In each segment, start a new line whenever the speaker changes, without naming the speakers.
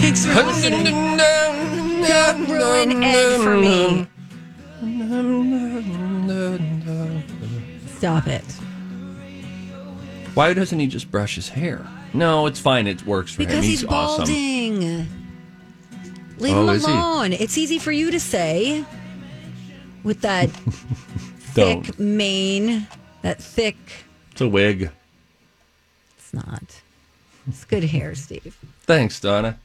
Thanks for listening. Don't ruin egg for me. Stop it.
Why doesn't he just brush his hair? No, it's fine. It works for him.
Because he's,
awesome.
balding. Leave
Oh,
him
is he?
alone. It's easy for you to say with that
Don't.
thick mane, that thick.
It's a wig.
It's not. It's good hair, Steve.
Thanks, Donna.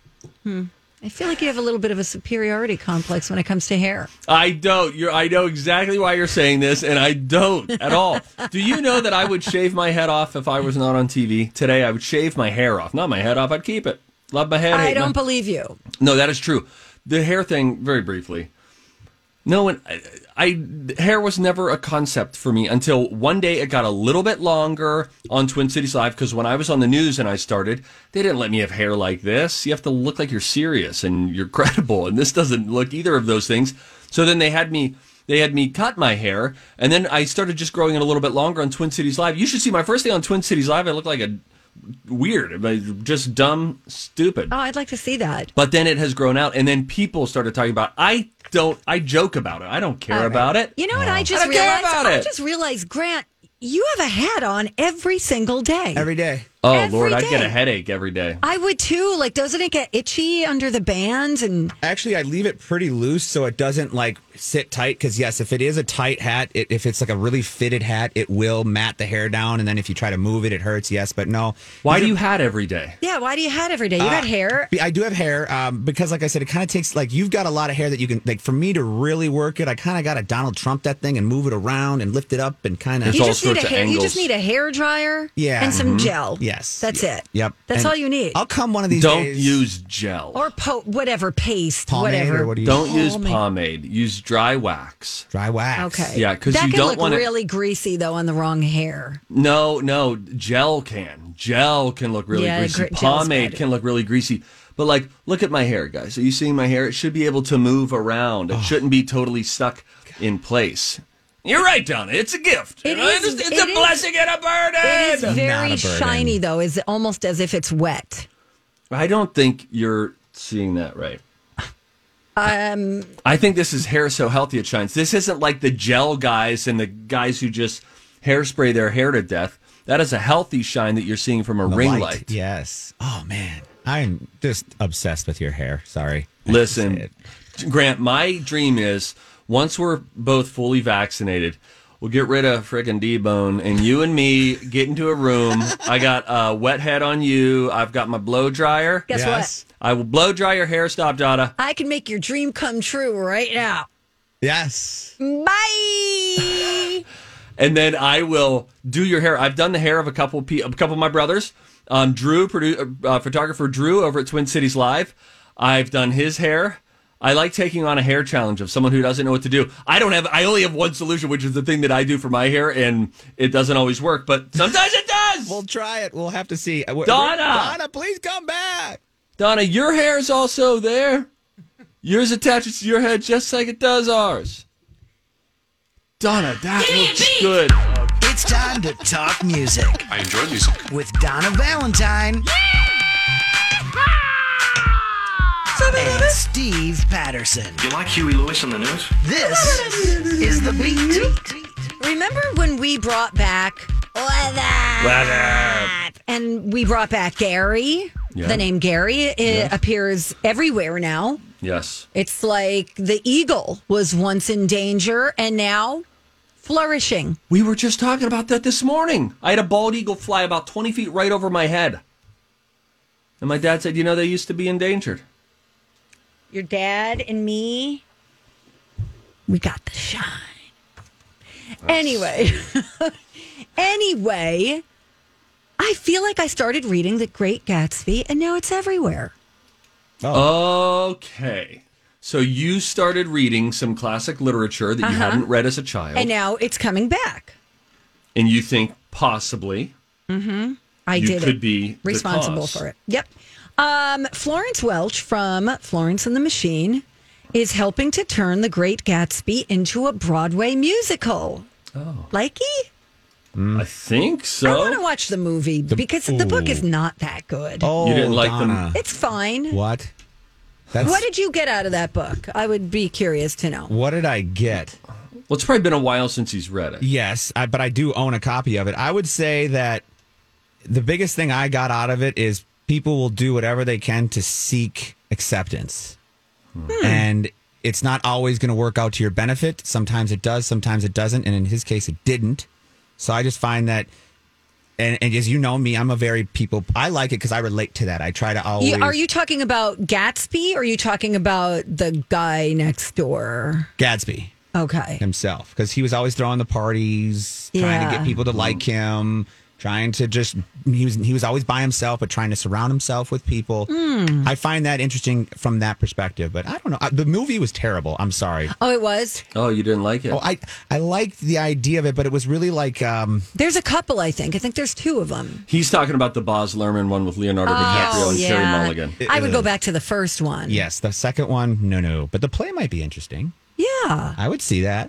I feel like you have a little bit of a superiority complex when it comes to hair.
I don't. You're, I know exactly why you're saying this, and I don't at all. Do you know that I would shave my head off if I was not on TV today? I would shave my hair off, not my head off. I'd keep it. Love my head.
I
hate my-
don't believe you.
No, that is true. The hair thing, very briefly. No one, I, I hair was never a concept for me until one day it got a little bit longer on Twin Cities Live because when I was on the news and I started, they didn't let me have hair like this. You have to look like you're serious and you're credible, and this doesn't look either of those things. So then they had me. They had me cut my hair, and then I started just growing it a little bit longer on Twin Cities Live. You should see my first day on Twin Cities Live. I looked like a weird, like, just dumb, stupid.
Oh, I'd like to see that.
But then it has grown out, and then people started talking about. I don't. I joke about it. I don't care about it.
You know what I just
Oh. I don't care
realized?
about
I
it.
just realized, Grant, you have a hat on every single day.
every day.
oh
every
Lord, I
day.
get a headache every day.
I would too. Like, doesn't it get itchy under the bands? And
Actually, I leave it pretty loose so it doesn't like sit tight. Because yes, if it is a tight hat, it, if it's like a really fitted hat, it will mat the hair down. And then if you try to move it, it hurts. Yes, but no.
Why do you hat every day?
yeah, why do you hat every day? You
Ah,
got hair.
I do have hair um, because, like I said, it kind of takes like you've got a lot of hair that you can like. For me to really work it, I kind of got to Donald Trump that thing and move it around and lift it up and kind of.
It's
You
all
just need a
sorts of
hair. You just
angles. Mm-hmm.
need a hair dryer.
Yeah.
and some gel.
Yes.
that's
Yep.
it.
Yep.
that's
And
all you need.
I'll come one of these
Don't
days.
use gel.
or po- whatever paste,
pomade
whatever.
or what do you
don't use
Pomade.
pomade. Use dry wax.
dry wax?
okay.
Yeah, 'cause
that
you
can
don't
look
wanna-
really greasy though on the wrong hair.
No, no, gel can. Gel can look really
Yeah,
greasy.
gr- gel's
Pomade
better.
can look really greasy. But like, look at my hair, guys. Are you seeing my hair? It should be able to move around. It
Oh.
shouldn't be totally stuck in place. You're right, Donna. It's a gift.
It
You know,
is-
it's, it's
it
a
is-
blessing and a
It
burden.
is very
a burden.
shiny though. Is almost as if it's wet.
I don't think you're seeing that right.
Um,
I think this is hair so healthy it shines. This isn't like the gel guys and the guys who just hairspray their hair to death. That is a healthy shine that you're seeing from a
The
ring light.
Yes. Oh man, I'm just obsessed with your hair. Sorry. I have to say
Listen,
it.
Grant, my dream is once we're both fully vaccinated, we'll get rid of friggin' D bone and you and me get into a room. I got a wet head on you. I've got my blow dryer.
guess
Yes.
I will blow dry your hair. Stop, Dada.
what? I can make your dream come true right now.
Yes.
Bye.
and then I will do your hair. I've done the hair of a couple pe- a couple of my brothers. Um, Drew, produ- uh, photographer Drew over at Twin Cities Live. I've done his hair. I like taking on a hair challenge of someone who doesn't know what to do. I don't have. I only have one solution, which is the thing that I do for my hair, and it doesn't always work, but sometimes it does.
We'll try it. We'll have to see. Donna,
Donna!
Donna, please come back.
Donna, your hair is also there. Yours attaches to your head just like it does ours. Donna, that looks good.
It's time to talk music. I enjoy music. With Donna Valentine. And Steve Patterson.
You like Huey Lewis on the news?
This is the beat.
Remember when we brought back weather? And we brought back Gary?
Yeah.
The name Gary it appears everywhere now.
Yes.
It's like the eagle was once in danger and now flourishing.
We were just talking about that this morning. I had a bald eagle fly about 20 feet right over my head. And my dad said, you know, they used to be endangered.
Your dad and me, we got the shine. Anyway, anyway, I feel like I started reading The Great Gatsby and now it's everywhere.
Okay. So you started reading some classic literature that
Uh-huh.
you hadn't read as a child.
And now it's coming back.
and you think possibly
I
You
did
could
it.
be the
responsible
cause.
for it. Yep. Um, Florence Welch from Florence and the Machine is helping to turn The Great Gatsby into a Broadway musical. Oh, likey?
I think
I
so.
want to watch the movie because the book is
ooh.
not that good.
Oh,
You didn't like them?
Donna.
It's fine. What?
What? That's what did,
did you get out of that book? I would be curious to know.
I get?
well, it's probably been a while since he's read it.
Yes, I, but I do own a copy of it. I would say that the biggest thing I got out of it is people will do whatever they can to seek acceptance,
Hmm.
and it's not always going to work out to your benefit. Sometimes it does, sometimes it doesn't, and in his case, it didn't. So I just find that. And, and as you know me, I'm a very people. I like it because I relate to that. I try to always.
You- are you talking about Gatsby or are you talking about the guy next door?
Gadsby?
Okay.
himself because he was always throwing the parties, trying to
Yeah.
get people to like him, trying to just he was he was always by himself, but trying to surround himself with people.
Mm.
I find that interesting from that perspective. But I don't know. I, the movie was terrible. I'm sorry.
Oh, it was?
Oh, you didn't like it?
Oh, I I liked the idea of it, but it was really like um,
There's a couple, I think. I think there's two of them.
he's talking about the Boz Lerman one with
Oh,
Leonardo DiCaprio and Carey Mulligan.
I would go back to the first one.
yes, the second one, no, no. But the play might be interesting.
Yeah.
I would see that.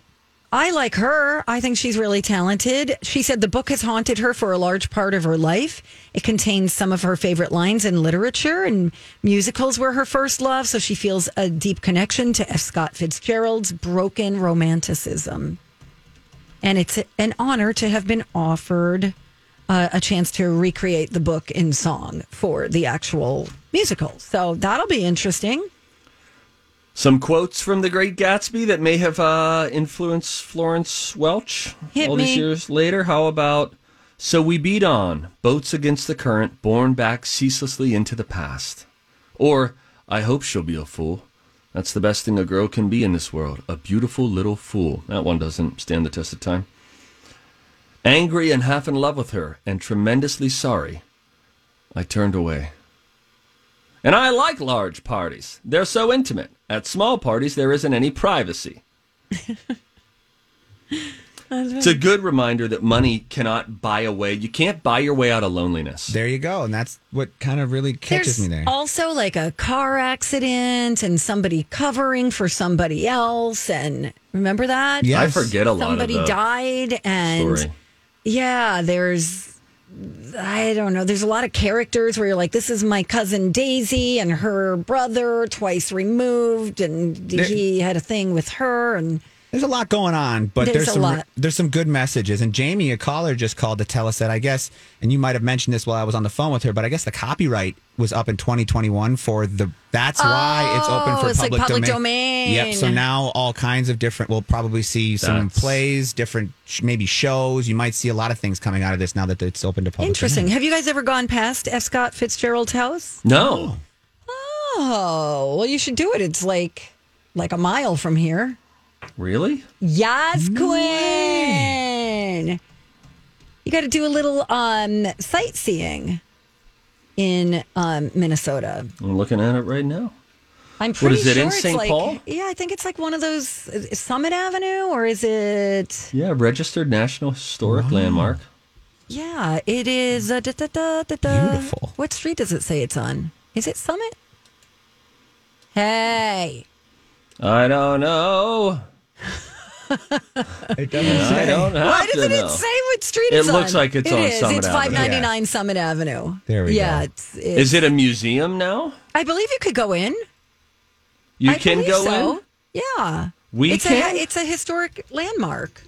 I like her. I think she's really talented. She said the book has haunted her for a large part of her life. It contains some of her favorite lines in literature, and musicals were her first love, so she feels a deep connection to F. Scott Fitzgerald's broken romanticism. And it's an honor to have been offered uh, a chance to recreate the book in song for the actual musical. So that'll be interesting.
Some quotes from The Great Gatsby that may have uh, influenced Florence Welch
Hit
all
me.
these years later. How about So we beat on, boats against the current, borne back ceaselessly into the past. Or I hope she'll be a fool. That's the best thing a girl can be in this world, a beautiful little fool. That one doesn't stand the test of time. Angry and half in love with her and tremendously sorry, I turned away. And I like large parties. They're so intimate. At small parties, there isn't any privacy. it's a good reminder that money cannot buy away. You can't buy your way out of loneliness.
There you go, and that's what kind of really catches
There's
me there.
Also, like a car accident and somebody covering for somebody else. And remember that?
Yes.
I forget a lot
Somebody
of the
died. And
story.
yeah, there's, I don't know, there's a lot of characters where you're like, this is my cousin Daisy and her brother twice removed. And he had a thing with her. And
There's a lot going on, but
There's
there's,
a
some
lot.
there's some good messages. And Jamie, a caller, just called to tell us that I guess, and you might have mentioned this while I was on the phone with her, but I guess the copyright was up in 2021 for the. That's why it's open for
Oh, it's like
public,
public domain.
Yep. So now all kinds of different. We'll probably see some
That's-
plays, different sh- maybe shows. You might see a lot of things coming out of this now that it's open to public.
interesting.
domain.
Have you guys ever gone past F. Scott Fitzgerald's house?
No.
Oh, well, you should do it. It's like, like a mile from here.
Really?
Yas Queen. You got to do a little um, sightseeing in um, Minnesota.
I'm looking at it right now.
I'm pretty
is it,
sure
in
it's
St.
like
Paul?
yeah, I think it's like one of those is it Summit Avenue or is it
Yeah, registered National Historic Landmark.
yeah, it is uh, da, da, da, da, da.
Beautiful.
What street does it say it's on? Is it Summit? Hey,
I don't know.
It doesn't
I
say.
don't have
why
to
doesn't
know.
it say what street
It
it's on?
looks like it's
It
on
is.
Summit
It's
Avenue.
599 Summit Avenue.
There we
yeah,
go.
It's, it's,
Is it a museum now?
I believe you could go in.
You
I
can
believe
go
so.
in.
Yeah.
We
it's
can?
A, it's a historic landmark.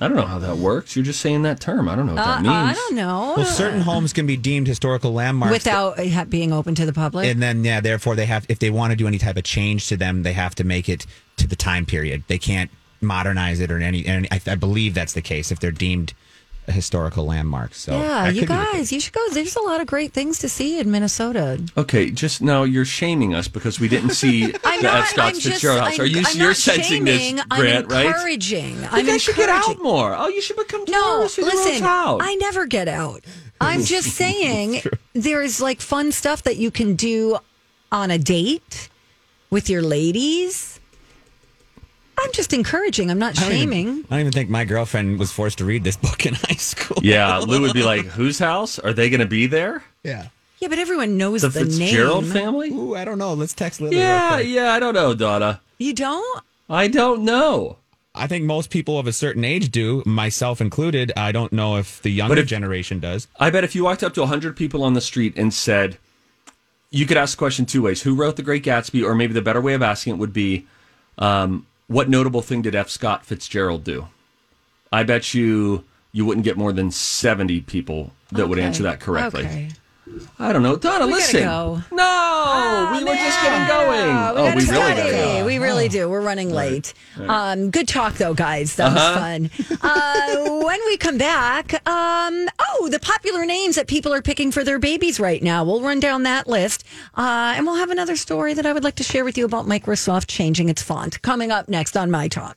Uh,
I don't know how that works. You're just saying that term. I don't know what that means.
I don't know.
Well, certain homes can be deemed historical landmarks
Without it ha- being open to the public.
and then yeah, therefore they have if they want to do any type of change to them, they have to make it to the time period. They can't modernize it or any. And I, I believe that's the case if they're deemed a historical landmarks. So
yeah,
that
you
could be the
guys,
case.
you should go. There's a lot of great things to see in Minnesota.
Okay, just now you're shaming us because we didn't see the
I'm
F.
not.
Scott
I'm just.
Fitzgerald house.
I'm,
Are you
I'm
you're
not
sensing
shaming,
this,
I'm
Grant? Right?
encouraging.
You
I'm
guys should get out
encouraging.
more. Oh, you should become
No,
tourists in your own
listen.
town.
I never get out. I'm just saying there's like fun stuff that you can do on a date with your ladies. I'm just encouraging. I'm not
I don't even-
shaming.
I don't even think my girlfriend was forced to read this book in high school.
Yeah, Lou would be like, "Whose house? Are they going to be there?
yeah.
yeah, but everyone knows
The
the,
Fitzgerald
name.
family?
Ooh, I don't know. Let's text Lily. real
Yeah,
quick.
yeah. I don't know, Donna.
You don't?
I don't know.
I think most people of a certain age do, myself included. I don't know if the younger
if-
generation does.
I bet if you walked up to 100 people on the street and said, you could ask the question two ways who wrote The Great Gatsby? Or maybe the better way of asking it would be, um, what notable thing did F. Scott Fitzgerald do? I bet you you wouldn't get more than 70 people that would answer that correctly.
Okay.
I don't know. Donna,
gotta
listen.
go. Ah,
No, we were just getting going.
we
oh,
gotta
we really
study.
gotta go.
We really do. We're running late. Um, good talk, though, guys. That
Uh-huh.
was fun. Uh, when we come back, um, oh, the popular names that people are picking for their babies right now. We'll run down that list. Uh, and we'll have another story that I would like to share with you about Microsoft changing its font coming up next on My Talk.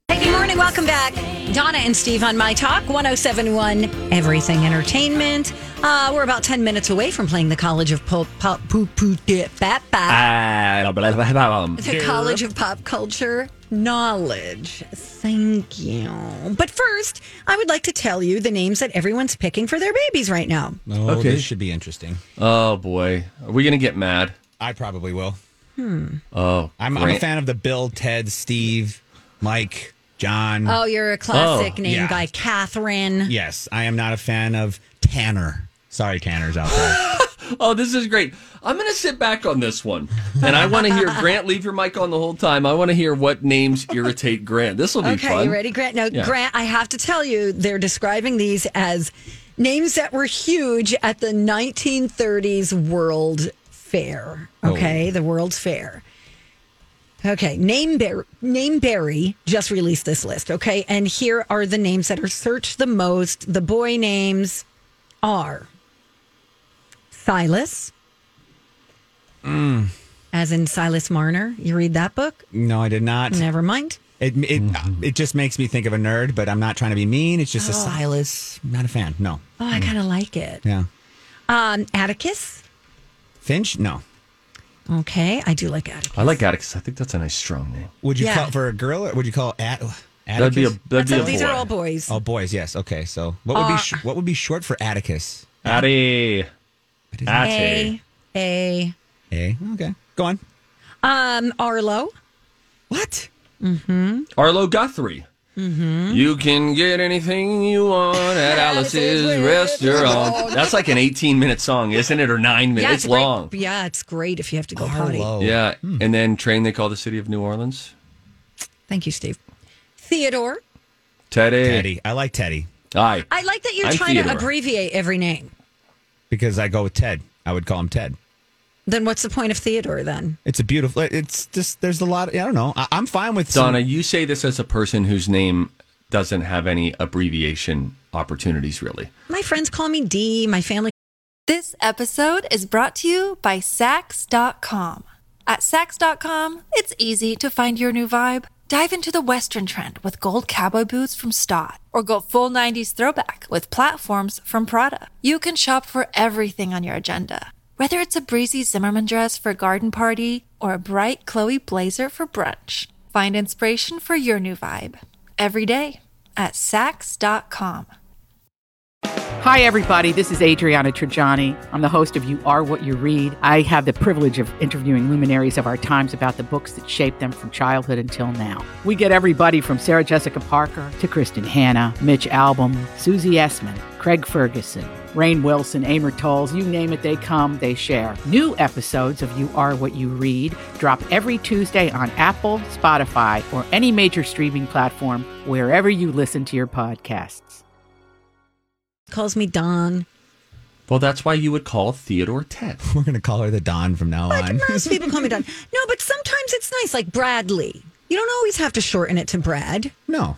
Hey, good morning. Welcome back. Donna and Steve on My Talk 1071 Everything Entertainment. Uh, we're about 10 minutes away from playing the College of Pop, pop Poo Poo Dip, Bap Bap. The College of Pop Culture Knowledge. Thank you. But first, I would like to tell you the names that everyone's picking for their babies right now.
Oh,
Okay.
this should be interesting.
Oh, boy. Are we going to get mad?
I probably will.
Oh,
Hmm. I'm, I'm a fan of the Bill, Ted, Steve, Mike, John.
Oh, you're a classic
Oh,
name
yeah.
guy, Catherine.
Yes, I am not a fan of Tanner. Sorry, Tanner's out there.
Oh, this is great. I'm going to sit back on this one. And I want to hear Grant leave your mic on the whole time. I want to hear what names irritate Grant. This will be
Okay,
fun.
you ready, Grant? Now,
Yeah.
Grant, I have to tell you, they're describing these as names that were huge at the 1930s World Fair.
Oh.
Okay, the World's Fair. Okay, name Bar- name Barry just released this list. Okay, and here are the names that are searched the most. The boy names are Silas,
Mm.
as in Silas Marner. You read that book?
no, I did not.
Never mind.
It it,
Mm-hmm.
it just makes me think of a nerd, but I'm not trying to be mean. It's just a Silas. Not a fan. No.
Oh,
Mm.
I kind of like it.
Yeah.
Um, Atticus.
Finch? No.
Okay, I do like Atticus.
I like Atticus. I think that's a nice strong name.
Would you
Yeah.
call for a girl? Or would you call at?
That'd be a that'd
So
be a
these
boy.
are all boys.
Oh, boys. Yes. Okay. So what would be sh- what would be short for Atticus?
Atty. Atty.
A, A.
A. Eh? Okay. Go on.
Um, Arlo.
What?
Arlo Guthrie. You can get anything you want at Alice's restaurant. That's like an 18 minute song, isn't it? Or nine minutes. it's
great.
long.
Yeah, it's great if you have to go potty.
Arlo.
Yeah. And then train they call the city of New Orleans.
Thank you, Steve. Theodore.
Teddy.
Teddy. I like Teddy
Aye.
I like that you're
I'm
trying
Theodore.
to abbreviate every name.
because I go with Ted. I would call him Ted.
Then what's the point of Theodore then?
It's a beautiful. It's just there's a lot. I don't know. I, I'm fine with some-
Donna, you say this as a person whose name doesn't have any abbreviation opportunities, really.
My friends call me D. My family.
This episode is brought to you by Sax.com. At Sax.com, it's easy to find your new vibe. Dive into the Western trend with gold cowboy boots from Stott, or go full 90s throwback with platforms from Prada. You can shop for everything on your agenda, whether it's a breezy Zimmerman dress for a garden party or a bright Chloe blazer for brunch. Find inspiration for your new vibe every day at Sax.com.
Hi, everybody. This is Adriana Trajani. I'm the host of You Are What You Read. I have the privilege of interviewing luminaries of our times about the books that shaped them from childhood until now. We get everybody from Sarah Jessica Parker to Kristen Hanna, Mitch Albom, Susie Essman, Craig Ferguson, Rain Wilson, Amor Tolls, you name it, they come, they share. New episodes of You Are What You Read drop every Tuesday on Apple, Spotify, or any major streaming platform wherever you listen to your podcasts.
calls me Don.
Well, that's why you would call Theodore Ted.
We're gonna call her the Don from now on.
Most people call me Don. No, but sometimes it's nice, like Bradley. You don't always have to shorten it to Brad.
no,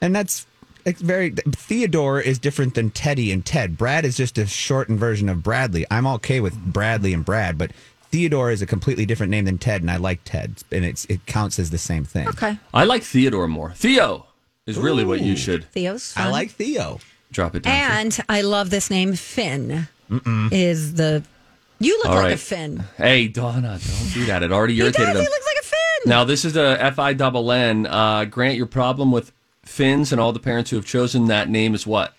and that's it's very Theodore is different than Teddy and Ted. Brad is just a shortened version of Bradley. I'm okay with Bradley and Brad, but Theodore is a completely different name than Ted, and I like Ted, and it's it counts as the same thing.
Okay.
I like Theodore more. Theo is really what you should
Theo's. Fun.
I like Theo.
drop it down. to.
And I love this name, Finn. Is the you look
All
like a
right.
Finn?
Hey, Donna, don't do that. It already
He
irritated
does.
him.
He looks like a Finn.
Now, this is a F-I double N. Uh, Grant, your problem with Finns and all the parents who have chosen that name is what?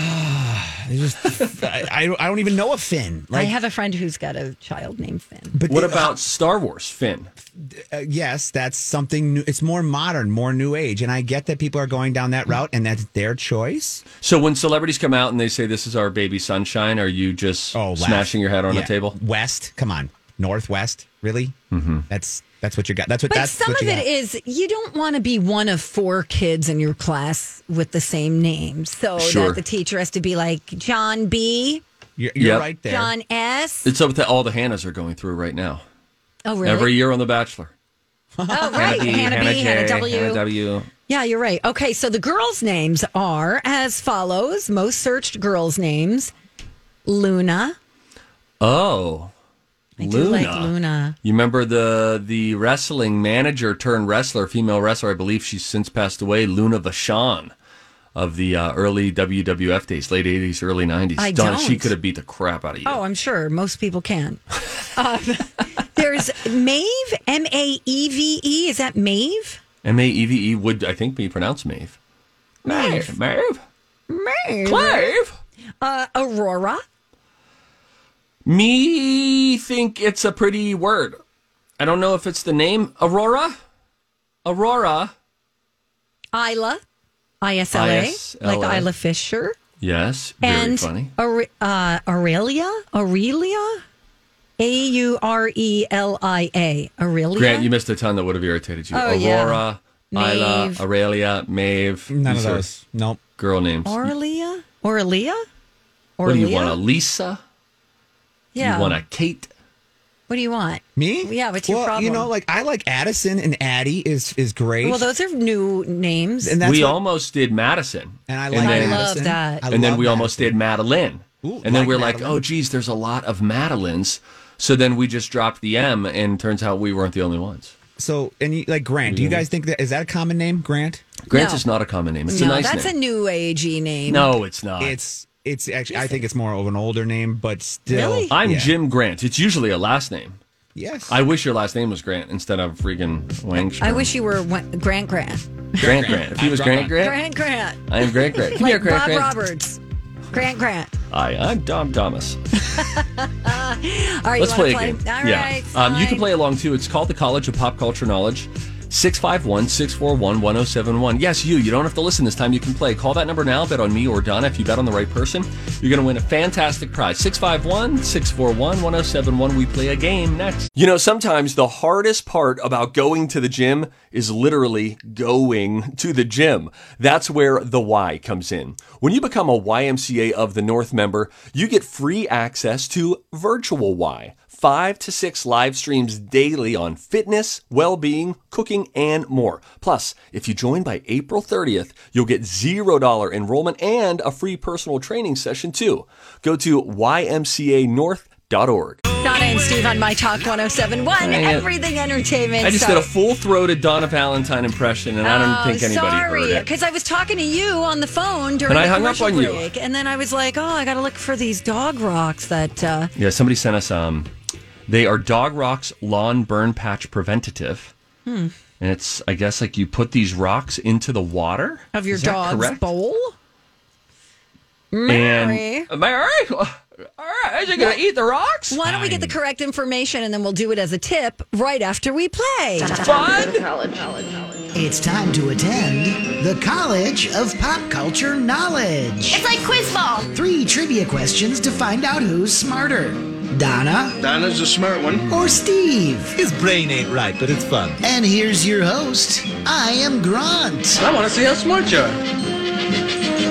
I just I, I don't- I don't even know a Finn.
I
Like
have a friend who's got a child named Finn.
but
What
it-
about Star Wars Finn?
uh, yes, that's something new. It's more modern, more new age, and I get that people are going down that route, and that's their choice.
So when celebrities come out and they say, this is our baby sunshine, are you just
Oh,
laugh.
smashing your head on
Yeah.
a table?
West, come on, northwest, really? Mm-hmm. That's that's what you got. That's what.
But
that's
some
what
of
you
it
got.
is you don't want to be one of four kids in your class with the same name, so
Sure.
that the teacher has to be like John B,
You're, you're
Yep.
right there.
John S.
It's something that all the Hannahs are going through right now.
oh, really?
Every year on The Bachelor.
oh, right. Hannah, B, Hannah
J,
W.
Hannah W.
Yeah, you're right. Okay, so the girls' names are as follows: most searched girls' names, Luna.
Oh,
I
Luna.
do like Luna.
You remember the the wrestling manager turned wrestler, female wrestler, I believe she's since passed away, Luna Vachon of the uh, early WWF days, late 80s, early 90s.
I
Donna,
don't.
she could have beat the crap out of you.
Oh, I'm sure most people can. um, there's Maeve, M A E V E. Is that Maeve?
M A E V E would, I think, be pronounced Maeve. Maeve. Maeve.
Maeve.
Maeve.
Uh, Aurora.
Me think it's a pretty word. I don't know if it's the name. Aurora? Aurora.
Isla. I S L A.
ISLA.
Like Isla Fisher.
Yes. Very
and
funny.
Aure- uh, Aurelia. Aurelia. A U R E L I A. Aurelia.
Grant, you missed a ton that would have irritated you.
Oh, yeah.
Aurora, Isla,
Maeve.
Aurelia, Maeve.
None of
These are
those. Nope.
girl names.
Aurelia. Aurelia.
what do you
Aurelia?
want? A Lisa?
Yeah.
You want a Kate?
what do you want?
Me?
Yeah, what's your
well, You
problem?
know, like I like Addison and Addie is is great.
Well, those are new names.
and that's
we
what-
almost did Madison.
and I
And
like
then- I
love
Addison.
that.
I
and then
love
we almost
Addison.
did Madeline.
Ooh,
and then
like
we're like,
Madeline.
oh, geez, there's a lot of Madelines. So then we just dropped the M, and turns out we weren't the only ones.
So and you, like Grant, do you guys think that is that a common name, Grant?
Grant's
No.
is not a common name. It's
no,
a nice
that's
name.
a new agey name.
no, it's not.
It's it's actually I think it's more of an older name, but still.
Really?
I'm
Yeah.
Jim Grant. It's usually a last name.
Yes.
I wish your last name was Grant instead of freaking Wang.
I wish you were Wen- Grant Grant.
Grant Grant. If he was Grant Grant,
Grant Grant.
I am Grant Grant. Come
Like
here, Grant
Bob
Grant.
Roberts. Grant Grant.
Hi, I'm Dom Thomas.
All right,
Let's
you wanna
play a game.
All right.
Um, you can
fine.
play along too. It's called the College of Pop Culture Knowledge. 651 641 1071. Yes, you. You don't have to listen this time. You can play. Call that number now. Bet on me or Donna. If you bet on the right person, you're going to win a fantastic prize. 651 641 1071. We play a game next. You know, sometimes the hardest part about going to the gym is literally going to the gym. That's where the why comes in. When you become a YMCA of the North member, you get free access to Virtual Y. five to six live streams daily on fitness, well being, cooking, and more. Plus, if you join by April 30th, you'll get $0 enrollment and a free personal training session too. Go to ymcanorth.org.
Donna and Steve on My Talk 1071,
Dang it.
Everything Entertainment.
I just
So-
did a full throated Donna Valentine impression, and I don't think anybody
Oh, sorry,
heard it.
because I was talking to you on the phone during
And I
the
hung up
commercial
on you.
break, and then I was like, "Oh, I got to look for these dog rocks that." Uh,
Yeah, somebody sent us. Um, they are Dog Rocks Lawn Burn Patch Preventative.
Hmm.
And it's, I guess, like you put these rocks into the water
of your
Is that
dog's
correct?
bowl. Mary.
And, Mary, all right, is you gonna eat the rocks?
Why don't we get the correct information and then we'll do it as a tip right after we play?
Fun.
It's time to attend the College of Pop Culture Knowledge.
It's like quiz ball.
Three trivia questions to find out who's smarter Donna
Donna's a smart one.
or Steve.
His brain ain't right, but it's fun.
And here's your host. I am Grant.
I want to see how smart you are.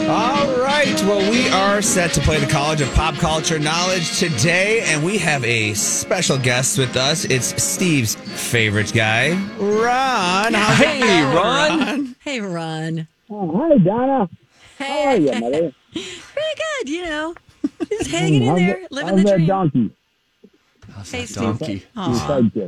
All right. Well, we are set to play the College of Pop Culture Knowledge today, and we have a special guest with us. It's Steve's favorite guy, Ron. How's it
Hey, Ron.
Hey, Ron.
Oh, Hi, Donna.
Hey,
How are you, mother?
pretty good, you know. Just hanging in there, living
How's
the
that
dream.
donkey?
How's
Hey,
that
Steve.
donkey.
Your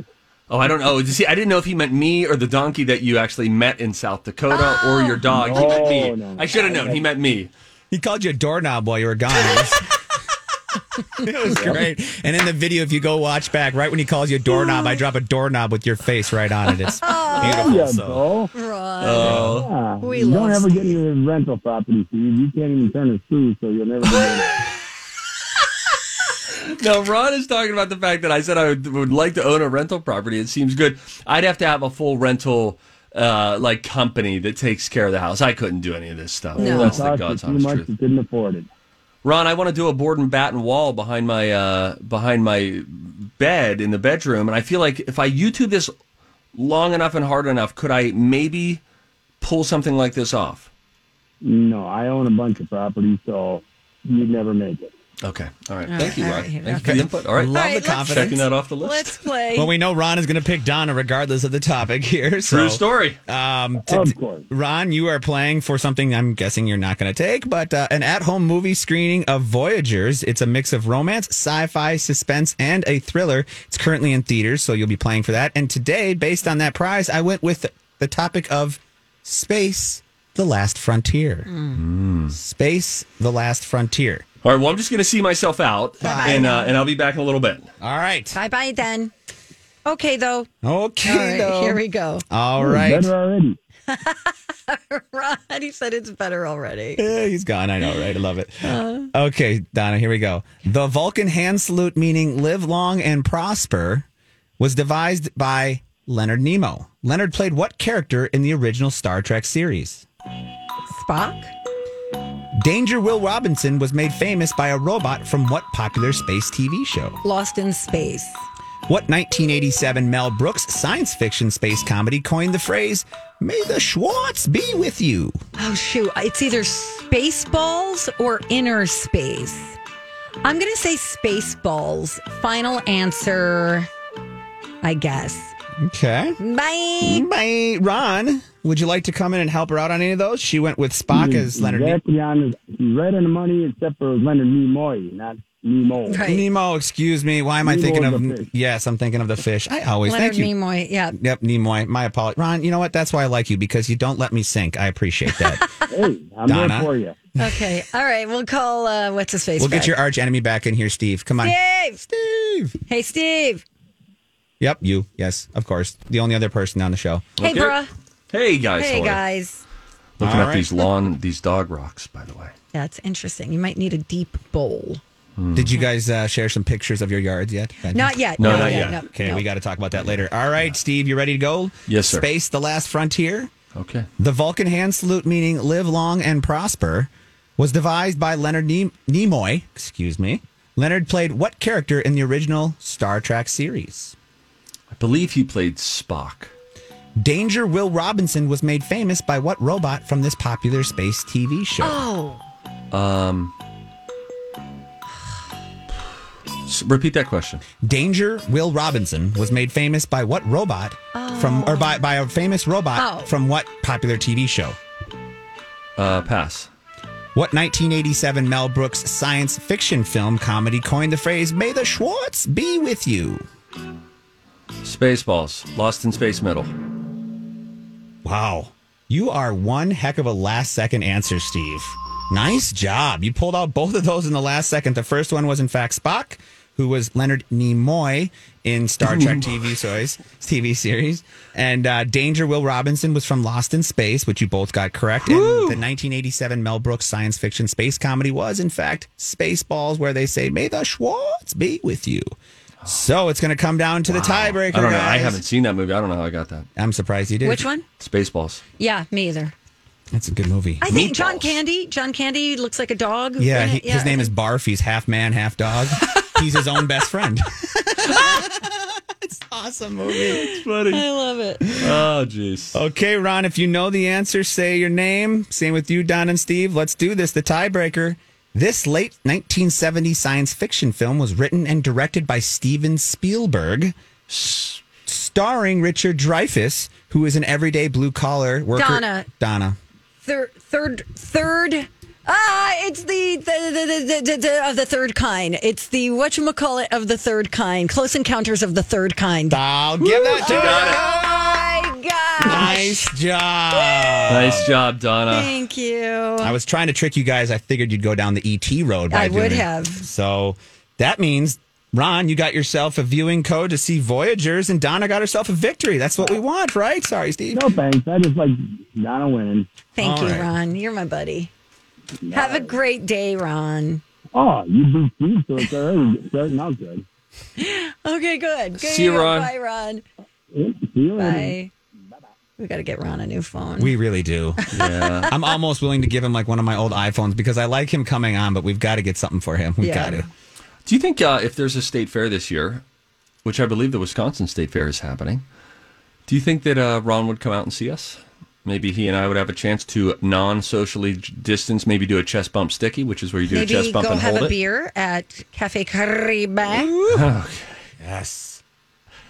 sidekick.
Oh, I don't know. You See, I didn't know if he meant me or the donkey that you actually met in South Dakota
Oh.
or your dog. he meant me.
No, no, no.
I should have known. He meant me.
He called you a doorknob while you were gone. It was- it was great. And in the video, if you go watch back, right when he calls you a doorknob, I drop a doorknob with your face right on it. It's beautiful.
Yeah,
So.
so,
Ron.
yeah.
We
you
love
don't ever get into a rental property, Steve. You can't even turn a screw, so you'll never get it.
No, Ron is talking about the fact that I said I would, would like to own a rental property. It seems good. I'd have to have a full rental uh, like company that takes care of the house. I couldn't do any of this stuff.
No.
That's the
Cost
God's
you too
honest
much,
truth.
you couldn't afford it.
Ron, I want to do a board and batten wall behind my uh, behind my bed in the bedroom, and I feel like if I YouTube this long enough and hard enough, could I maybe pull something like this off?
No, I own a bunch of properties, so you'd never make it.
Okay, all right. Thank you,
all
Ron.
right, here we
Thank you for the input. All right,
Love
All right,
the
let's-
confidence.
checking that off the list.
Let's play.
Well, we know Ron is going to pick Donna regardless of the topic here. So.
True story.
Um, t-
Of
t-
course.
Ron, you are playing for something I'm guessing you're not going to take, but uh, an at home movie screening of Voyagers. It's a mix of romance, sci fi, suspense, and a thriller. It's currently in theaters, so you'll be playing for that. And today, based on that prize, I went with the topic of space, the last frontier.
Hmm.
Space, the last frontier.
All right. Well, I'm just going to see myself out, and uh, and I'll be back in a little bit.
All right.
bye bye then. Okay, though.
Okay.
All right,
though.
here we go.
All right.
Better already.
Ron, he said it's better already.
Yeah, Eh, he's gone. I know, right? I love it. okay, Donna, here we go. The Vulcan hand salute, meaning live long and prosper, was devised by Leonard Nemo. Leonard played what character in the original Star Trek series?
Spock?
Danger Will Robinson was made famous by a robot from what popular space TV show?
Lost in Space.
What 1987 Mel Brooks science fiction space comedy coined the phrase, May the Schwartz be with you?
Oh, shoot. It's either Spaceballs or Inner Space. I'm going to say Spaceballs. Final answer, I guess.
Okay.
Bye.
Bye. Ron, would you like to come in and help her out on any of those? She went with
Mm,
Spock as Leonard Ne-
exactly on the, he's right on the money, except for Leonard Nimoy, not Nemo.
Right.
Nemo. Excuse me. Why am I
Nemo
thinking
and
of?
the fish.
Yes, I'm thinking of the fish. I always
Leonard
thank you.
Nimoy. Yeah.
Yep, Nimoy. My apologies, Ron. You know what? That's why I like you because you don't let me sink. I appreciate that.
Hey, I'm
Donna?
there for you.
Okay. All right. We'll call, uh, what's his face?
we'll
back.
get your arch enemy back in here, Steve. Come on,
Steve.
Steve.
Hey, Steve.
Yep, you. Yes, of course. The only other person on the show.
Hey,
Okay.
bruh.
Hey guys.
Hey,
how are you?
guys.
Looking
All
at
right.
these lawn, these dog rocks. By the way.
That's interesting. You might need a deep bowl.
Mm.
Did you guys uh, share some pictures of your yards yet?
Not yet.
No, not yet.
no,
Okay,
no.
we got to talk about that later. All right, Steve, you ready to go?
Yes, sir.
Space, the last frontier.
Okay.
The Vulcan hand salute, meaning live long and prosper, was devised by Leonard Nem- Nimoy. Excuse me. Leonard played what character in the original Star Trek series?
I believe he played Spock.
Danger Will Robinson was made famous by what robot from this popular space TV show?
Oh,
Um, S- Repeat that question.
Danger Will Robinson was made famous by what robot from or by, by a famous robot
Oh.
from what popular TV show?
Uh, pass.
What 1987 Mel Brooks science fiction film comedy coined the phrase "May the Schwartz be with you"?
Spaceballs. Lost in space middle.
Wow, you are one heck of a last-second answer, Steve. Nice job. You pulled out both of those in the last second. The first one was in fact Spock, who was Leonard Nimoy in Star Trek TV series, TV series, and uh, Danger Will Robinson was from Lost in Space, which you both got correct. And the 1987 Mel Brooks science fiction space comedy was in fact Spaceballs, where they say "May the Schwartz be with you." So it's going to come down to the tiebreaker,
I don't know. I
guys.
haven't seen that movie. I don't know how I got that.
I'm surprised you did.
Which one?
Spaceballs.
Yeah, me either.
That's a good movie.
I think John
Meatballs.
Candy. John Candy looks like a dog.
Yeah,
in
he,
it. Yeah,
his name
I
is
think-
Barf. He's half man, half dog. He's his own best friend. it's an awesome movie.
It's funny.
I love it.
Oh, jeez.
Okay, Ron, if you know the answer, say your name. Same with you, Don and Steve. Let's do this. The tiebreaker. This late 1970 science fiction film was written and directed by Steven Spielberg, s- starring Richard Dreyfuss, who is an everyday blue collar worker.
Donna.
Donna.
Third, third, third. Ah, it's the the, the, the, the, the of the third kind. It's the what you call it of the third kind. Close Encounters of the Third Kind.
I'll give that to Donna.
Oh my god!
Nice job.
Nice job, Donna.
Thank you.
I was trying to trick you guys. I figured you'd go down the ET road. By
I would
doing it.
have.
So that means, Ron, you got yourself a viewing code to see Voyagers, and Donna got herself a victory. That's what we want, right? Sorry, Steve.
No thanks. I just like Donna winning.
Thank
All
you,
right.
Ron. You're my buddy. Have a great day, Ron.
Oh, you beat Steve, so it's already starting out good.
Okay, good. good
See you, Ron.
Bye, Ron.
See you later.
Bye. We got to get Ron a new phone.
We really do.
Yeah.
I'm almost willing to give him like one of my old iPhones because I like him coming on, but we've got to get something for him. We've
Yeah.
got to.
Do you think uh, if there's a state fair this year, which I believe the Wisconsin State Fair is happening, do you think that uh, Ron would come out and see us? Maybe he and I would have a chance to non-socially j- distance. Maybe do a chest bump sticky, which is where you do a
Maybe
chest bump
go
and
have
hold
a
it.
beer at Cafe Caribe.
Yes.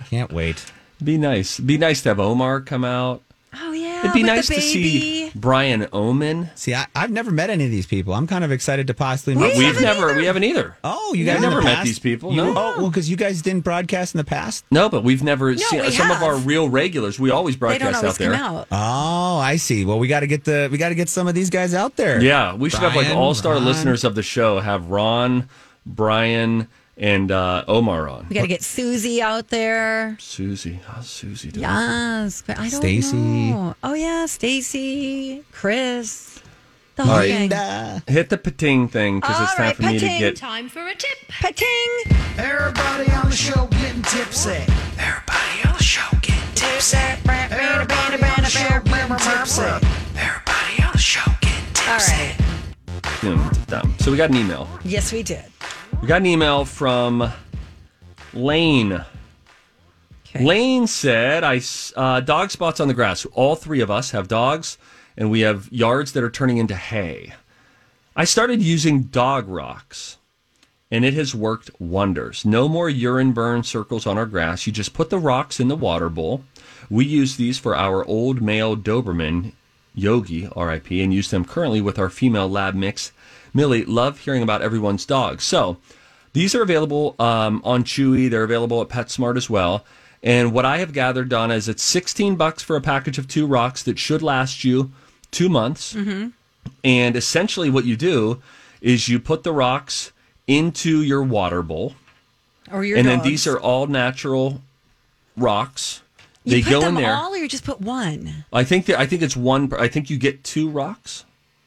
Can't wait.
Be nice. Be nice to have Omar come out.
Oh yeah,
It'd be
with
nice
the
to see
baby.
Brian Omen.
See, I, I've never met any of these people. I'm kind of excited to possibly meet.
We've never, we haven't either.
Oh, you
We've
guys in the
never met
past-
these people,
you-
no.
Oh, well, because you guys didn't broadcast in the past.
No, but we've never seen
we
some of
have.
our real regulars. We always
They
broadcast
don't always
out there.
come out.
Oh, I see. Well, we got to get the we got to get some of these guys out there.
Yeah, we should have like
Brian,
all star
Ron.
listeners of the show have Ron, Brian, and uh, Omar
We
on.
got to get Susie out there.
Susie, how's Susie doing?
Yes, but I don't
Stacy.
know. Oh yeah, Stacy, Chris, the whole
All right.
gang.
Linda.
Hit the pating thing because it's
All
time
right,
for me to
pating
get.
Time for a tip.
Pating.
Everybody on the show getting tipsy. Everybody on the show getting tipsy. Everybody on the show getting tipsy. Everybody on the show getting
All right.
So we got an email.
Yes, we did.
We got an email from Lane.
Okay.
Lane said, "I s- uh, dog spots on the grass. All three of us have dogs, and we have yards that are turning into hay. I started using dog rocks, and it has worked wonders. No more urine burn circles on our grass. You just put the rocks in the water bowl. We use these for our old male Doberman, Yogi, R.I.P., and use them currently with our female lab mix, Millie. Love hearing about everyone's dogs. So." These are available um, on Chewy. They're available at PetSmart as well. And what I have gathered, Donna, is it's 16 bucks for a package of two rocks that should last you two months.
Mm-hmm.
And essentially, what you do is you put the rocks into your water bowl,
Or your
and then
dogs.
these are all natural rocks.
You
they
put
go
them
in there.
all, or you just put one.
I think that I think it's one. per- I think you get two rocks.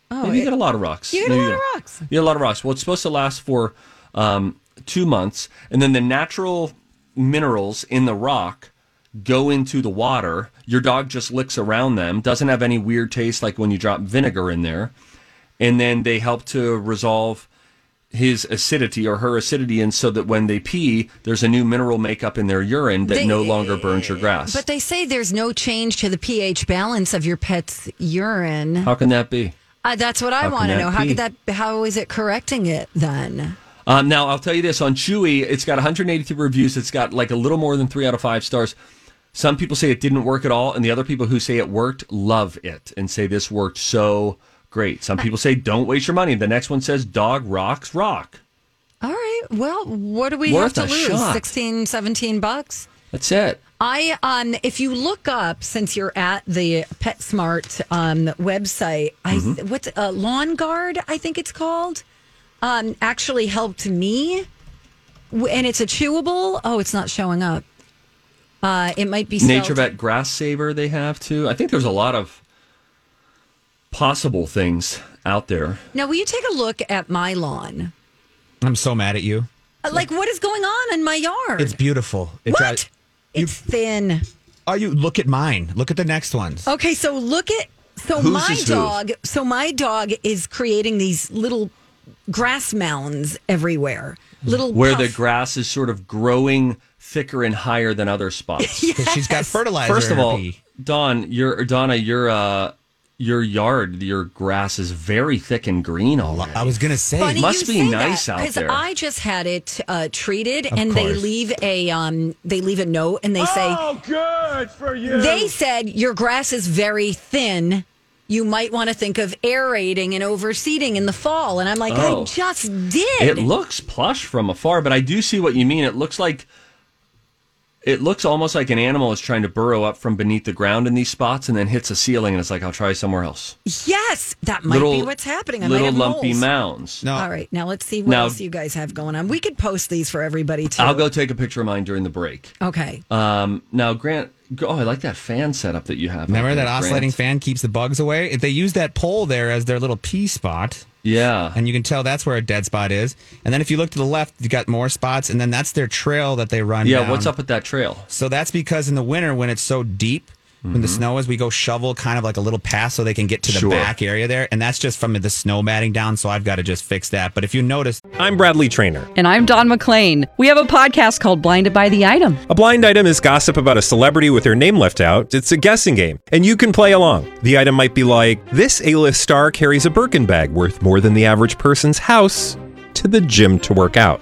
Oh,
Maybe you
it-
get a lot of rocks.
You get a
Maybe
lot of rocks.
You get a lot of rocks. Well, it's supposed to last for um, two months, and then the natural minerals in the rock go into the water. Your dog just licks around them. Doesn't have any weird taste like when you drop vinegar in there, and then they help to resolve his acidity or her acidity, and so that when they pee, there's a new mineral makeup in their urine that
They-
no longer burns your grass.
But they say there's no change to the pH balance of your pet's urine.
How can that be?
Uh, that's what I
How can
want to
that
know. How
be?
could that? How is it correcting it then?
Um, now, I'll tell you this on Chewy, it's got 183 reviews. It's got like a little more than three out of five stars. Some people say it didn't work at all, and the other people who say it worked love it and say this worked so great. Some people say don't waste your money. The next one says dog rocks rock.
All right. Well, what do we
Worth
have
a
to lose?
shot.
Sixteen, seventeen 16, 17 bucks?
That's it.
I um if you look up since you're at the PetSmart um website, I
Mm-hmm.
what's uh, lawn guard I think it's called um actually helped me W- and it's a chewable. Oh, it's not showing up. Uh it might be spelled-
Nature Vet Grass Saver they have too. I think there's a lot of possible things out there.
Now, will you take a look at my lawn?
I'm so mad at you.
Uh, Like what is going on in my yard?
It's beautiful. It's
what?
out- you-
it's thin.
Are you look at mine? Look at the next ones.
Okay, so look at so
Whose
my
is who?
dog. So my dog is creating these little grass mounds everywhere. Little
Where the
puff-
grass is sort of growing thicker and higher than other spots.
'Cause She's got fertilizer.
First
in
of
her
all,
pee.
Don, your or Donna, your uh your yard, your grass is very thick and green all
I was gonna say
Funny
must
you
be
say
nice
that,
out
'cause
there.
I just had it uh, treated, and they
course.
leave a um, they leave a note, and they say,
Oh, good for you.
They said your grass is very thin. You might want to think of aerating and overseeding in the fall. And I'm like, I
Oh.
just did.
It looks plush from afar, but I do see what you mean. It looks like it looks almost like an animal is trying to burrow up from beneath the ground in these spots and then hits a ceiling and it's like I'll try somewhere else.
yes, that might be what's happening. I might
little
have
lumpy
moles.
mounds.
no.
All right, now let's see what
Now-
else you guys have going on. We could post these for everybody too.
I'll go take a picture of mine during the break.
Okay.
Um, now, Grant, go, oh, I like that fan setup that you have. out
Remember
there,
that oscillating
Grant.
fan keeps the bugs away? If they use that pole there as their little pea spot,
Yeah.
and you can tell that's where a dead spot is. And then if you look to the left, you got more spots, and then that's their trail that they run.
Yeah,
down.
what's up with that trail?
So that's because in the winter, when it's so deep, when the snow is, we go shovel kind of like a little path so they can get to the
Sure.
back area there, and that's just from the snow matting down. So I've got to just fix that. But if you notice,
I'm Bradley Trainer.
And I'm Don McClain. We have a podcast called Blinded by the Item.
A blind item is gossip about a celebrity with their name left out. It's a guessing game, and you can play along. The item might be like this: A-list star carries a Birkin bag worth more than the average person's house to the gym to work out.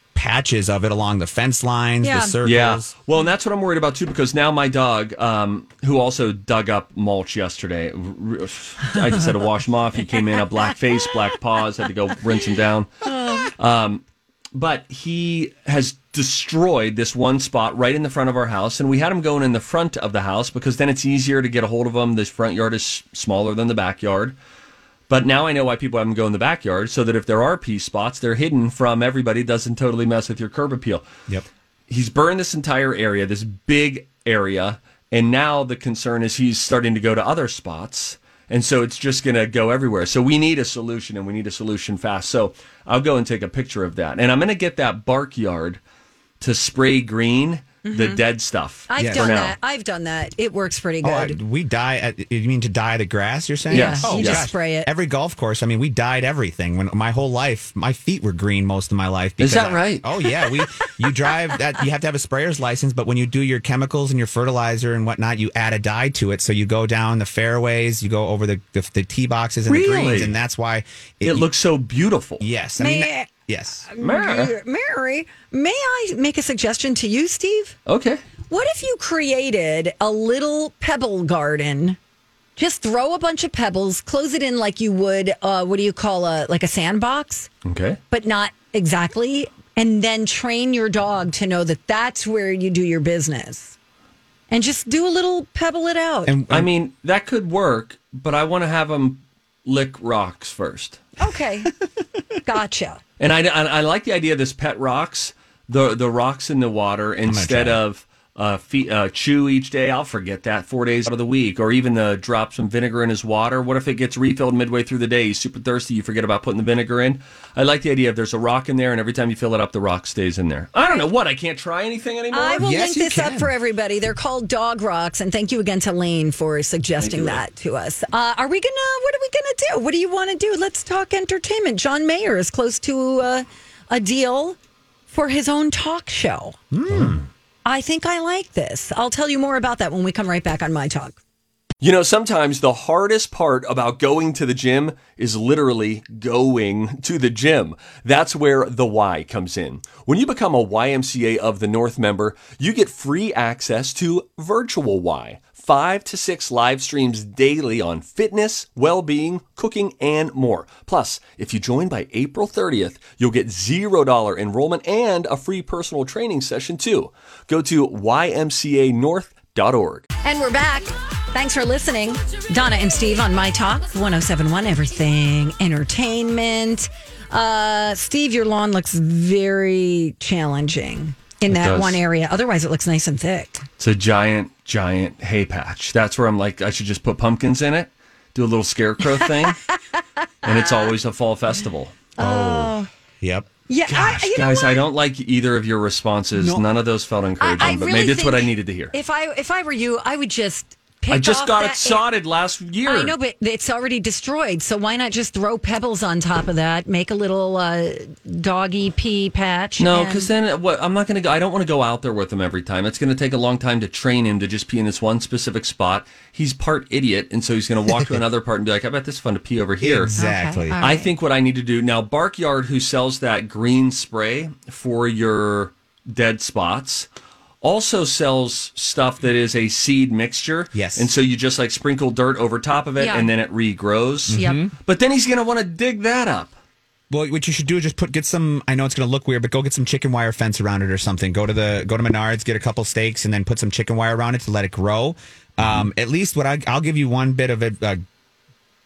patches of it along the fence lines,
Yeah.
the circles.
Yeah. Well, and that's what I'm worried about too, because now my dog, um, who also dug up mulch yesterday, r- r- I just had to wash him off. He came in a black face, black paws, had to go rinse him down. Um, but he has destroyed this one spot right in the front of our house, and we had him going in the front of the house because then it's easier to get a hold of him. This front yard is smaller than the backyard. But now I know why people haven't go in the backyard, so that if there are pea spots, they're hidden from everybody. Doesn't totally mess with your curb appeal
Yep.
he's burned this entire area, this big area, and now the concern is he's starting to go to other spots. And so it's just going to go everywhere. So we need a solution and we need a solution fast. So I'll go and take a picture of that. And I'm going to get that bark yard to spray green the dead stuff.
I've
Yeah.
done
for now.
that. I've done that. It works pretty
Oh,
good.
I, we dye. At, you mean to dye the grass? You're saying?
Yes. Yeah,
Oh,
you just
gosh.
spray it.
Every golf course. I mean, we dyed everything. When my whole life, my feet were green most of my life.
Is that
I-
right?
Oh yeah. We you drive that. You have to have a sprayer's license, but when you do your chemicals and your fertilizer and whatnot, you add a dye to it. So you go down the fairways, you go over the the, the tee boxes and the greens,
Really?
and that's why
It looks so beautiful.
Yes. I mean.
Meh.
Yes.
Mary, Mary, may I make a suggestion to you, Steve?
Okay.
What if you created a little pebble garden? Just throw a bunch of pebbles, close it in like you would, uh, what do you call a like a sandbox,
Okay.
but not exactly, and then train your dog to know that that's where you do your business, and just do a little pebble it out.
And
I mean, that could work, but I want to have him lick rocks first.
okay, gotcha.
And I, I, I like the idea of this pet rocks, the the rocks in the water instead
try it.
of uh, fe- uh, chew each day. I'll forget that four days out of the week, or even uh, drop some vinegar in his water. What if it gets refilled midway through the day? He's super thirsty. You forget about putting the vinegar in. I like the idea of there's a rock in there, and every time you fill it up, the rock stays in there. I don't know what. I can't try anything anymore.
I will link this up for everybody. They're called dog rocks, and thank you again to Lane for suggesting that to us. Uh, are we gonna? What are we gonna do? What do you want to do? Let's talk entertainment. John Mayer is close to uh, a deal for his own talk show. I think I like this. I'll tell you more about that when we come right back on my talk.
You know, sometimes the hardest part about going to the gym is literally going to the gym. That's where the Y comes in. When you become a YMCA of the North member, you get free access to Virtual Y, five to six live streams daily on fitness, well being, cooking, and more. Plus, if you join by April 30th, you'll get $0 enrollment and a free personal training session too. Go to ymcanorth.org.
And we're back. Thanks for listening. Donna and Steve on My Talk 1071 Everything Entertainment. Uh, Steve, your lawn looks very challenging in
It
that
does.
one area. Otherwise, it looks nice and thick.
It's a giant, giant hay patch. That's where I'm like, I should just put pumpkins in it, do a little scarecrow thing, and it's always a fall festival.
Oh.
Yep.
Yeah, I, you know
Guys,
what?
I don't like either of your responses.
No.
None of those felt encouraging,
I
but
really
maybe it's what I
think
needed to hear.
If I if I were you, I would just pick
I just
off
got
that
it sodded last year.
I know, but it's already destroyed. So why not just throw pebbles on top of that? Make a little uh, doggy pee patch.
No,
and-
because then what? I'm not going to. go I don't want to go out there with him every time. It's going to take a long time to train him to just pee in this one specific spot. He's part idiot, and so he's going to walk to another part and be like, "I bet this is fun to pee over here."
Exactly. Okay, all
I think what I need to do now. Barkyard, who sells that green spray for your dead spots. Also sells stuff that is a seed mixture.
Yes.
And so you just like sprinkle dirt over top of it
Yeah.
and then it regrows.
Yep. Mhm.
But then he's going to want to dig that up.
Well, what you should do is just put get some. I know it's going to look weird, but go get some chicken wire fence around it or something. Go to the go to Menards, get a couple steaks, and then put some chicken wire around it to let it grow. Um, at least what I, I'll give you one bit of a, a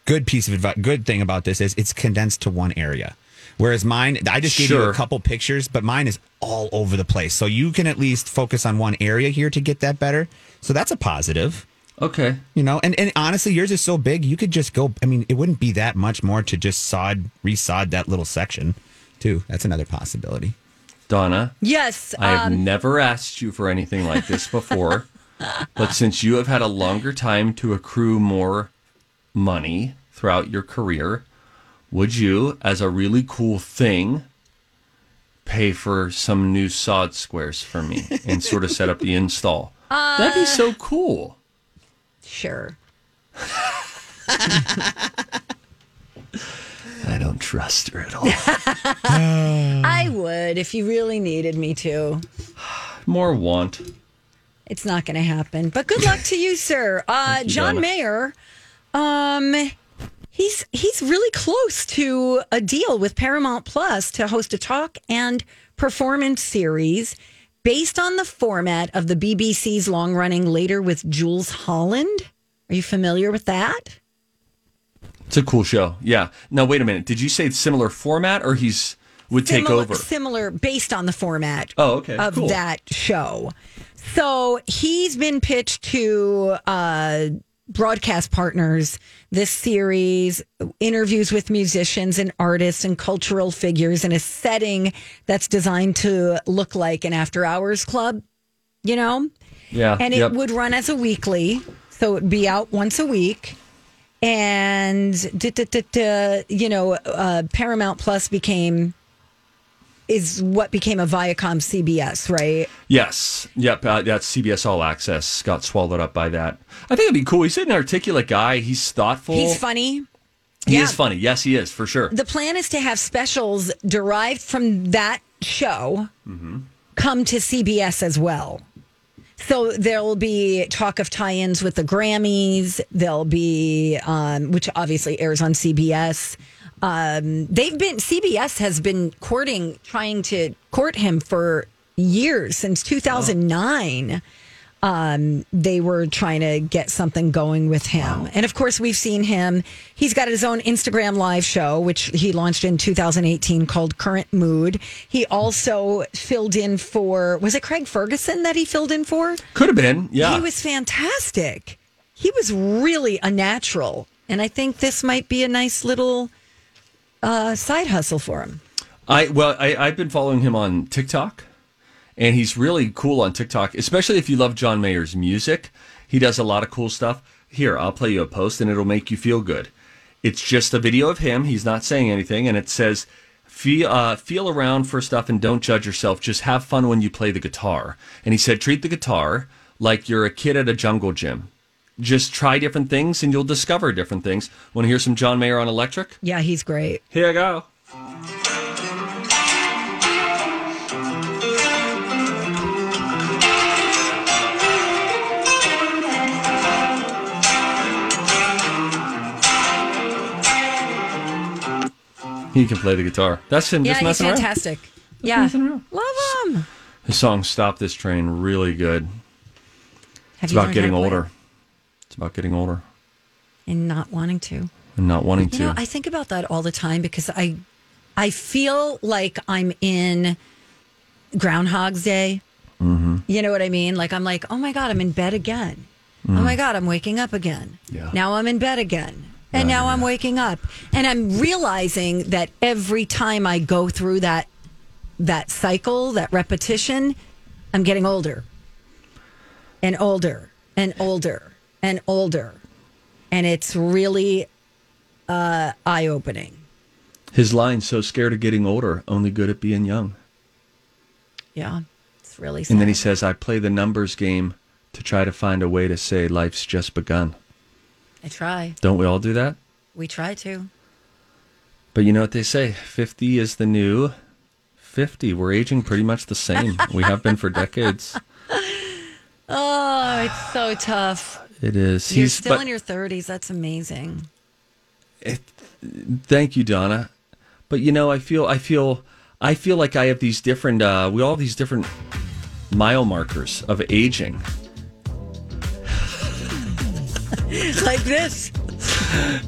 good piece of advice. Good thing about this is it's condensed to one area, whereas mine I just gave you a
Sure.
couple pictures, but mine is all over the place. So you can at least focus on one area here to get that better. So that's a positive.
Okay.
You know, and, and honestly, yours is so big, you could just go. I mean, it wouldn't be that much more to just sod, resod that little section, too. That's another possibility.
Donna.
yes,
I have
um,
never asked you for anything like this before, but since you have had a longer time to accrue more money throughout your career, would you, as a really cool thing, pay for some new sod squares for me and sort of set up the install?
Uh,
That'd be so cool.
sure.
I don't trust her at all.
I would if you really needed me to.
More want.
It's not going to happen. But good luck to you, sir. Uh,
you,
John
Donna.
Mayer, um, he's he's really close to a deal with Paramount Plus to host a talk and performance series based on the format of the BBC's long running Later with Jules Holland. Are you familiar with that?
It's a cool show. Yeah. Now, wait a minute. Did you say similar format or he's would take
similar,
over?
Similar, based on the format.
Oh, okay.
Of
Cool.
that show. So he's been pitched to uh, broadcast partners this series, interviews with musicians and artists and cultural figures in a setting that's designed to look like an after hours club, you know?
Yeah.
and it
yep.
would run as a weekly, so it would be out once a week. And duh, duh, duh, duh, you know, uh, Paramount Plus became is what became a Viacom CBS, right?
Yes. Yep. Uh, that's CBS All Access. Got swallowed up by that. I think it'd be cool. He's an articulate guy. He's thoughtful.
He's funny.
He
yeah.
is funny. Yes, he is for sure.
The plan is to have specials derived from that show come to CBS as well. So there'll be talk of tie-ins with the Grammys. There'll be, um, which obviously airs on CBS. Um, they've been CBS has been courting, trying to court him for years since 2009. um, they were trying to get something going with him. And of course, we've seen him. He's got his own Instagram live show, which he launched in 2018 called Current Mood. He also filled in for, was it Craig Ferguson that he filled in for?
Could have been. Yeah.
He was fantastic. He was really a natural. And I think this might be a nice little uh, side hustle for him.
I well, I, I've been following him on TikTok, and he's really cool on TikTok, especially if you love John Mayer's music. He does a lot of cool stuff. Here, I'll play you a post, and it'll make you feel good. It's just a video of him. He's not saying anything, and it says, "Feel uh, feel around for stuff, and don't judge yourself. Just have fun when you play the guitar." And he said, "Treat the guitar like you're a kid at a jungle gym." Just try different things and you'll discover different things. Want to hear some John Mayer on electric?
Yeah, he's great.
Here I go. He can play the guitar. That's him
Yeah,
just
he's
messing around.
fantastic. Yeah. Love him.
His song "Stop This Train" really good.
Have
it's
you
about
learned
getting
how to play
older. It's about getting older
and not wanting to.
and not wanting
You
to.
know, I think about that all the time because I I feel like I'm in Groundhog's Day.
mm-hmm.
You know what I mean? Like I'm like, oh my god, I'm in bed again. Oh my god, I'm waking up again.
Mm. Yeah.
Now I'm in bed again. And now I'm waking up. And I'm realizing that every time I go through that that cycle, that repetition, I'm getting older. And older and older and older. And it's really uh eye opening.
His line, "So scared of getting older, only good at being young."
Yeah. It's really sad.
And then he says, "I play the numbers game to try to find a way to say life's just begun."
I try.
Don't we all do that?
We try to.
But you know what they say: fifty is the new fifty. We're aging pretty much the same. we have been for decades.
Oh, it's so tough.
It is.
You're
He's-
still
but-
in your 30s. That's amazing.
Thank you, Donna. But you know, I feel, I feel, I feel like I have these different. Uh, we all have these different mile markers of aging.
like this.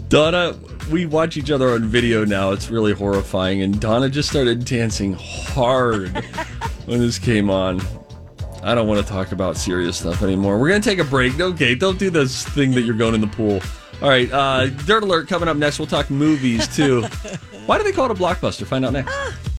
Donna, we watch each other on video now. It's really horrifying. And Donna just started dancing hard when this came on. I don't want to talk about serious stuff anymore. We're going to take a break. Okay, don't do this thing that you're going in the pool. All right, uh, Dirt Alert coming up next. We'll talk movies too. Why do they call it a blockbuster? Find out next.